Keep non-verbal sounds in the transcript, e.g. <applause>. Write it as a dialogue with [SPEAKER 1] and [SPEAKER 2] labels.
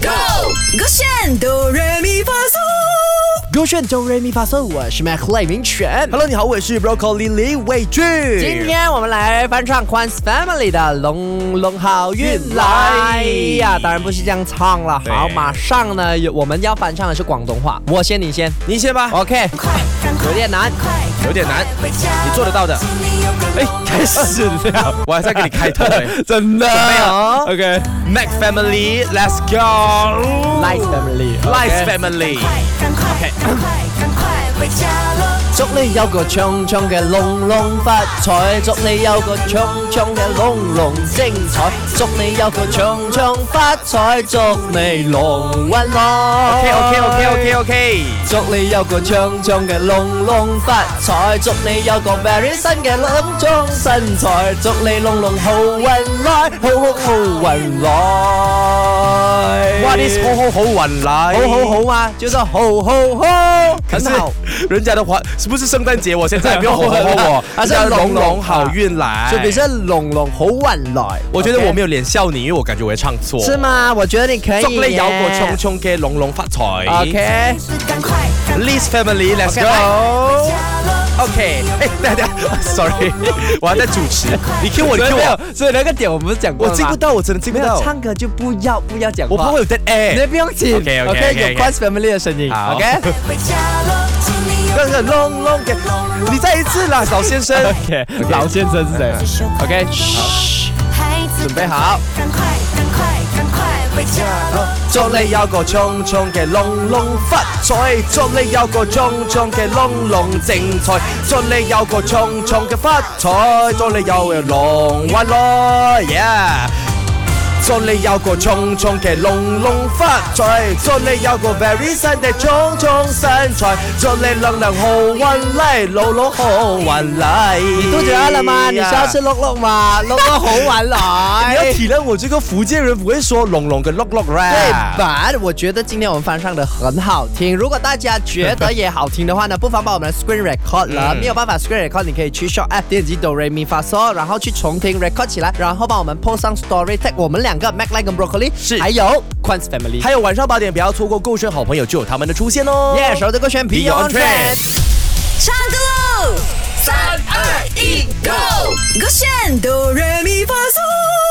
[SPEAKER 1] Go！勾选哆来咪发嗦，
[SPEAKER 2] 勾选周瑞咪发送，我是 Mac 赖明全。
[SPEAKER 3] Hello，你好，我是 Broccoli 李伟俊。
[SPEAKER 2] 今天我们来翻唱 Queen's Family 的《龙龙好运来》呀，当然不是这样唱了。
[SPEAKER 3] 对
[SPEAKER 2] 好，马上呢，有我们要翻唱的是广东话，我先，你先。
[SPEAKER 3] 你先吧，
[SPEAKER 2] OK，
[SPEAKER 1] 快赶快
[SPEAKER 2] 有点难，
[SPEAKER 3] 有点难，你 <laughs> 做得到的。哎， <laughs> 开始了，我还在给你开头哎，
[SPEAKER 2] 真的没
[SPEAKER 3] <laughs>
[SPEAKER 2] 有。
[SPEAKER 3] OK，Mac Family，Let's go。
[SPEAKER 2] Life Family，
[SPEAKER 3] Life Family。
[SPEAKER 1] 赶快赶快赶快回家喽！
[SPEAKER 2] 祝你有個長長嘅龍龍發財，祝你有個長長嘅龍龍精彩，祝你有個長長發財，祝你龍運來。
[SPEAKER 3] OK，OK，OK，OK，OK。
[SPEAKER 2] 祝你有個長長嘅龍龍發財，祝你有個 very 新嘅龍裝身材，祝你龍龍好運來，好好好運來。
[SPEAKER 3] 哇，你好好好晚来，
[SPEAKER 2] 好好好啊，就是好好好，
[SPEAKER 3] 可
[SPEAKER 2] 很
[SPEAKER 3] 是
[SPEAKER 2] 好。，
[SPEAKER 3] 人家的话是不是圣诞节？我现在也不用吼吼我
[SPEAKER 2] <laughs> 还是
[SPEAKER 3] 人家
[SPEAKER 2] 龙
[SPEAKER 3] 龙
[SPEAKER 2] 龙
[SPEAKER 3] 龙
[SPEAKER 2] 好
[SPEAKER 3] 好运来。
[SPEAKER 2] 就比如说龙龙好运来，
[SPEAKER 3] 哎我觉得
[SPEAKER 2] OK
[SPEAKER 3] 我没有脸笑你，因为我感觉我会唱错。
[SPEAKER 2] 是？吗？我觉得你可以耶。
[SPEAKER 3] 祝你有个冲冲嘅龙龙发财。
[SPEAKER 2] OK，
[SPEAKER 1] 赶快赶
[SPEAKER 3] l e a s family，let's
[SPEAKER 2] OK，
[SPEAKER 3] go。
[SPEAKER 1] 快
[SPEAKER 3] <laughs> OK，哎，大家，sorry，我还在主持，你 Q 我，
[SPEAKER 2] 我
[SPEAKER 3] 你
[SPEAKER 2] 就
[SPEAKER 3] Q
[SPEAKER 2] 没有
[SPEAKER 3] 我，，
[SPEAKER 2] 所以那个点我们不是讲过
[SPEAKER 3] 我
[SPEAKER 2] 了吗
[SPEAKER 3] 进不，到，我真的进
[SPEAKER 2] 没
[SPEAKER 3] 不
[SPEAKER 2] 有
[SPEAKER 3] 到，
[SPEAKER 2] 唱歌就不要不要讲话，
[SPEAKER 3] 我怕会有 dead
[SPEAKER 2] 你
[SPEAKER 3] air。
[SPEAKER 2] 不用紧
[SPEAKER 3] OK，OK，OK，OK
[SPEAKER 2] OK，有 Quest Family 的声音
[SPEAKER 3] 好
[SPEAKER 2] ，OK，
[SPEAKER 1] 回家喽！祝你有
[SPEAKER 3] 那个隆隆给，你 <laughs> 再一次啦，老先 <laughs> 生。
[SPEAKER 2] OK，老先生是谁？OK，嘘
[SPEAKER 1] 孩子，
[SPEAKER 2] 准备好。
[SPEAKER 1] 赶快赶快赶快回家喽！
[SPEAKER 3] 祝你有个冲冲嘅龙龙发财，祝你有个冲冲嘅龙龙精彩，祝你有个冲冲嘅发财，祝你有个龙运来，yeah！祝你有个冲冲嘅龙龙发财，祝你有个 very 新嘅冲冲身材，祝你能能好运来，路路好运来。你
[SPEAKER 2] 肚子饿了吗？你是要吃？碌碌吗？碌碌好玩
[SPEAKER 3] 哎 <laughs> 你要
[SPEAKER 2] 来。
[SPEAKER 3] 体谅我这个福建人不会说龙龙跟碌碌啦。
[SPEAKER 2] 对吧？我觉得今天我们翻唱的很好听。如果大家觉得也好听的话呢，不妨把我们的 screen record 了。
[SPEAKER 3] 嗯
[SPEAKER 2] 没有办法 screen record，你可以去 s h o p app 点击哆瑞咪发嗦，然后去重听 record 起来，然后帮我们 post 上 story tag 我们两个 Mac Line 跟 Broccoli，
[SPEAKER 3] 是
[SPEAKER 2] 还有 Quan's Family，
[SPEAKER 3] 还有晚上八点不要错过购选好朋友就有他们的出现哦。
[SPEAKER 2] 耶，手的歌选 Beyond Trend
[SPEAKER 3] Beyond Trend。
[SPEAKER 1] 唱歌喽！三二一，Go！勾选哆来咪发嗦。